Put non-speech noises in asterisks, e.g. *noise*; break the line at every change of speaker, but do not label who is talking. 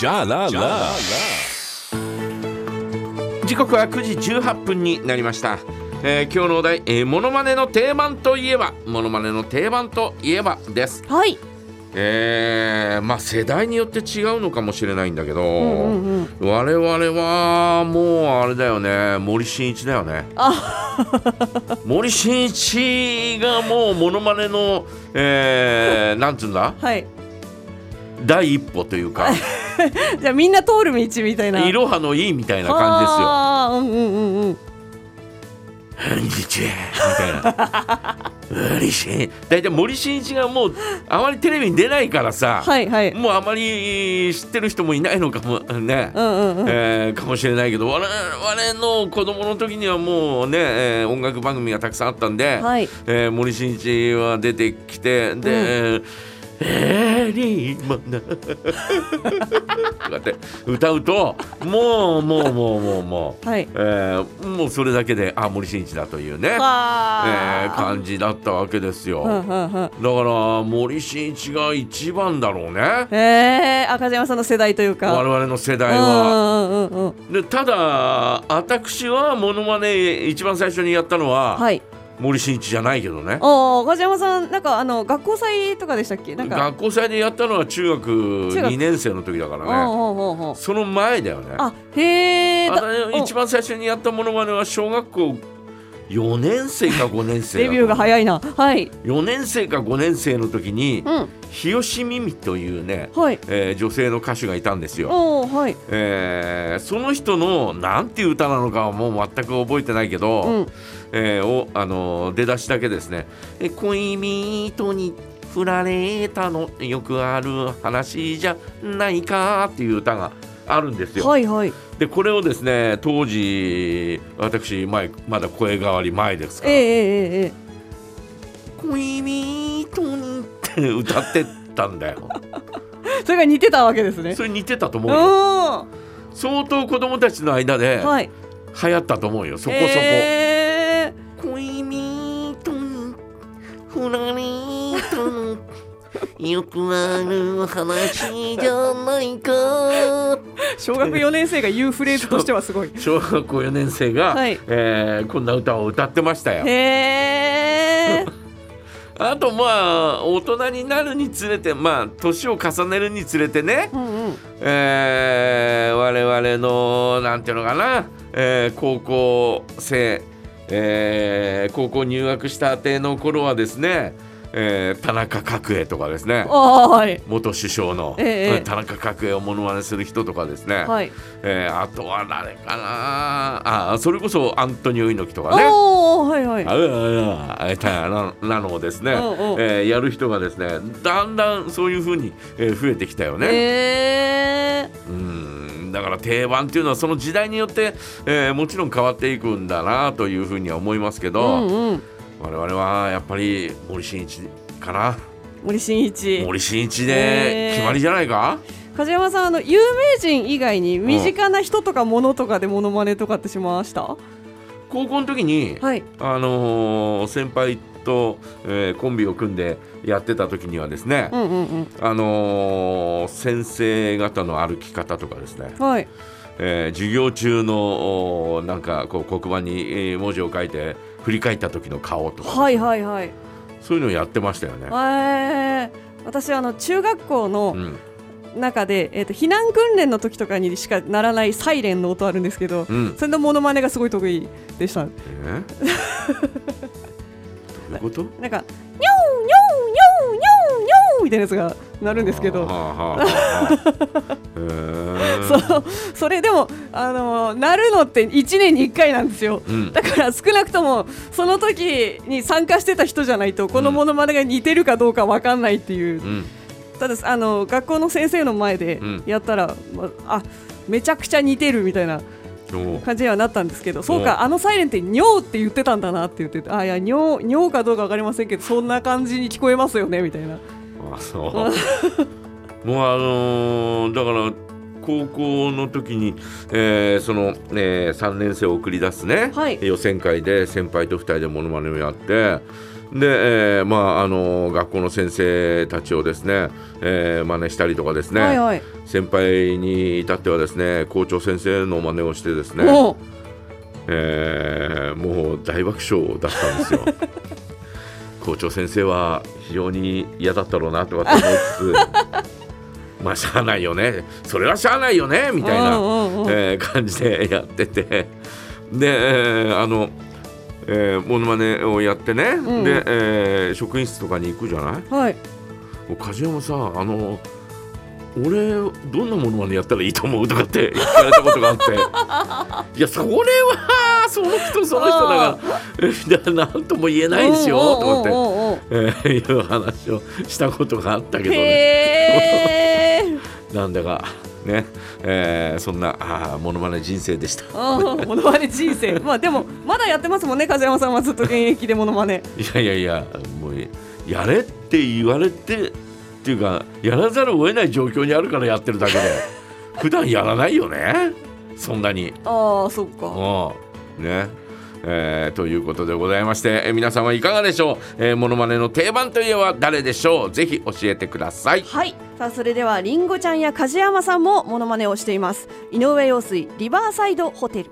Ja la la.
時刻は9時18分になりました、えー今日のお題、えー、モノマネの定番といえばモノマネの定番といえばです
はい。
えーまあ世代によって違うのかもしれないんだけど、
うんうんうん。
我々はもうあれだよね森進一だよね
*laughs*
森進一がもうモノマネの、えー、なんつうんだ
はい。
第一歩というか
じゃあみんな通る道みた *laughs* いな。
いろはのいいみたいな感じですよ。
あーうんうんうんうん。
こんにちはみたいな。森進一大体森進一がもうあまりテレビに出ないからさ、
はいはい。うん
もうあまり知ってる人もいないのかもね。
うんうん。
えーかもしれないけど我々の子供の時にはもうね、えー音楽番組がたくさんあったんで、
はい。
えー森進一は出てきてで、えーリーマン *laughs* とかって歌うともうもうもうもうもう、
はい
えーもうそれだけであ森進一だというね、えー
わ
感じだったわけですよ。
ー。うんうんうん。
だから森進一が一番だろうね
えー、赤島さんの世代というか。
我々の世代は。
うんうんうんうん。
でただ私はモノマネ一番最初にやったのは、
はい。
森進一じゃないけどね
おお、赤島さん、なんかあの学校祭とかでしたっけ、なんか。
学校祭でやったのは中学
中学
2年生の時だか
お
らね
おおうおうおう。
その前だよね
あ、へえ。
あ
だ
の一番最初にやったモノマネは小学校4年生か5年生
デビューが
い
早いな。はい。
4年生か5年生の時に
うん。
日吉ミミというね、
はい。
えー女性の歌手がいたんですよ
おお、はい。
えーその人のなんていう歌なのかはもう全く覚えてないけど、
うん
えーをあのー出だしだけですね「え恋人に振られたのよくある話じゃないか」っていう歌があるんですよ。
はいはい。
でこれをですね当時私前まだ声変わり前ですから
ええええええ。
「恋人に」って歌ってたんだ
*laughs*
よ。
それが似てたわけですね。
それ似てたと
う
思
ん。
うよ。
は
相当子供たちの間で
い。
流行ったと思うよそこそこ。
え
恋人に振られたのよくある話じゃないか
え小学4年生が言うフレーズとしてはすごい。
小学校4年生が、
はい
えーこんな歌を歌ってましたよ
へえ。
あとまあ大人になるにつれてまあ年を重ねるにつれてね、
うんうん。
えー我々のなんていうのかな、えー高校生、えー高校入学したての頃はですね、えー田中角栄とかですね
はーい。
元首相の、
ええ
田中角栄をモノマネする人とかですね、
はい。
えーあとは誰かなあそれこそアントニオ猪木とかね
おお、はいはい。
ああああななのをですね、え
うんうん
ーやる人がですねだんだんそういうふうに、えー増えてきたよね。
ええ。
うんだから定番っていうのはその時代によって、えーもちろん変わっていくんだなというふうには思いますけ
う
ど、
んうん。
我々はやっぱり森進一かな
森進一。
森進一
へ
で
ー
決まりじゃないか、
梶山さんあの有名人以外に身近な人とか物とかでモノマネとかってしました、
高校の時に、
はい
あのー先輩と、えーコンビを組んでやってた時にはですね、
うんうんうん
あのー先生方の歩き方とかですね、
はい
えー授業中のおーなんかこう黒板にえー文字を書いて振り返った時の顔とか
はいはいはい
そういうのをやってましたよね。
えー、私あの中学校
う
の
ん
中で、えー、と避難訓練の時とかにしかならないサイレンの音あるんですけど、
うん
それのモノマネがすごい得意でした
えーどういうこと
なんか「にょうにょうにょうにょうにょう」みたいなやつがなるんですけ
は
ど
あはあはあ
*laughs*
はあえー
そうそれでもあのなるのって1年に1回なんですよ
うん
だから少なくともその時に参加してた人じゃないとこのモノマネが似てるかどうかわかんないっていう、
うん
ただあの学校の先生の前で
うん
やったら、まあめちゃくちゃ似てるみたいな
そう
感じにはなったんですけどそう
お
かあのサイレンって「にょう」って言ってたんだなって言っててあいやにょうにょうかどうか分かりませんけどそんな感じに聞こえますよねみたいな
あそうもうあのーだから高校の時に、えーその、え3年生を送り出すね、
はい
予選会で先輩と2人でモノマネをやって、で、えーまああの学校の先生たちをですね、えー、真似したりとかですね、
はいはい。
先輩に至ってはですね校長先生の真似をしてですね、
おう
えーもう大爆笑だったん
*laughs*
ですよ校長先生は非常に嫌だったろうなとかって
*laughs*
思いつつまあしゃあないよねそれはしゃあないよねみたいな、
うんうんうん
えー感じでやっててで、えーあのえー、モノマネをやってね、
うん
で、えー職員室とかに行くじゃない
はい。
もう梶山さんあの俺どんなものまでやったらいいと思うとかって聞かれたことがあって *laughs* いやそれはその人その人だから *laughs* みたいな何とも言えないですよと思って、
おうおうおうおう
えーいう話をしたことがあったけどね
へ *laughs* え。
なんだかね、えーそんなあーモノマネ人生でした。 *laughs*
うんモノマネ人生。まあでもまだやってますもんね。風山さんはずっと現役でモノマネ。
いやいやいやもうやれって言われてっていうかやらざるを得ない状況にあるからやってるだけで *laughs* 普段やらないよねそんなに。
ああ、そっか。
うんねえーということでございまして、えー皆さんはいかがでしょう、えー、モノマネの定番といえば誰でしょうぜひ教えてください
はいさあそれではりんごちゃんや梶山さんもモノマネをしています井上陽水リバーサイドホテル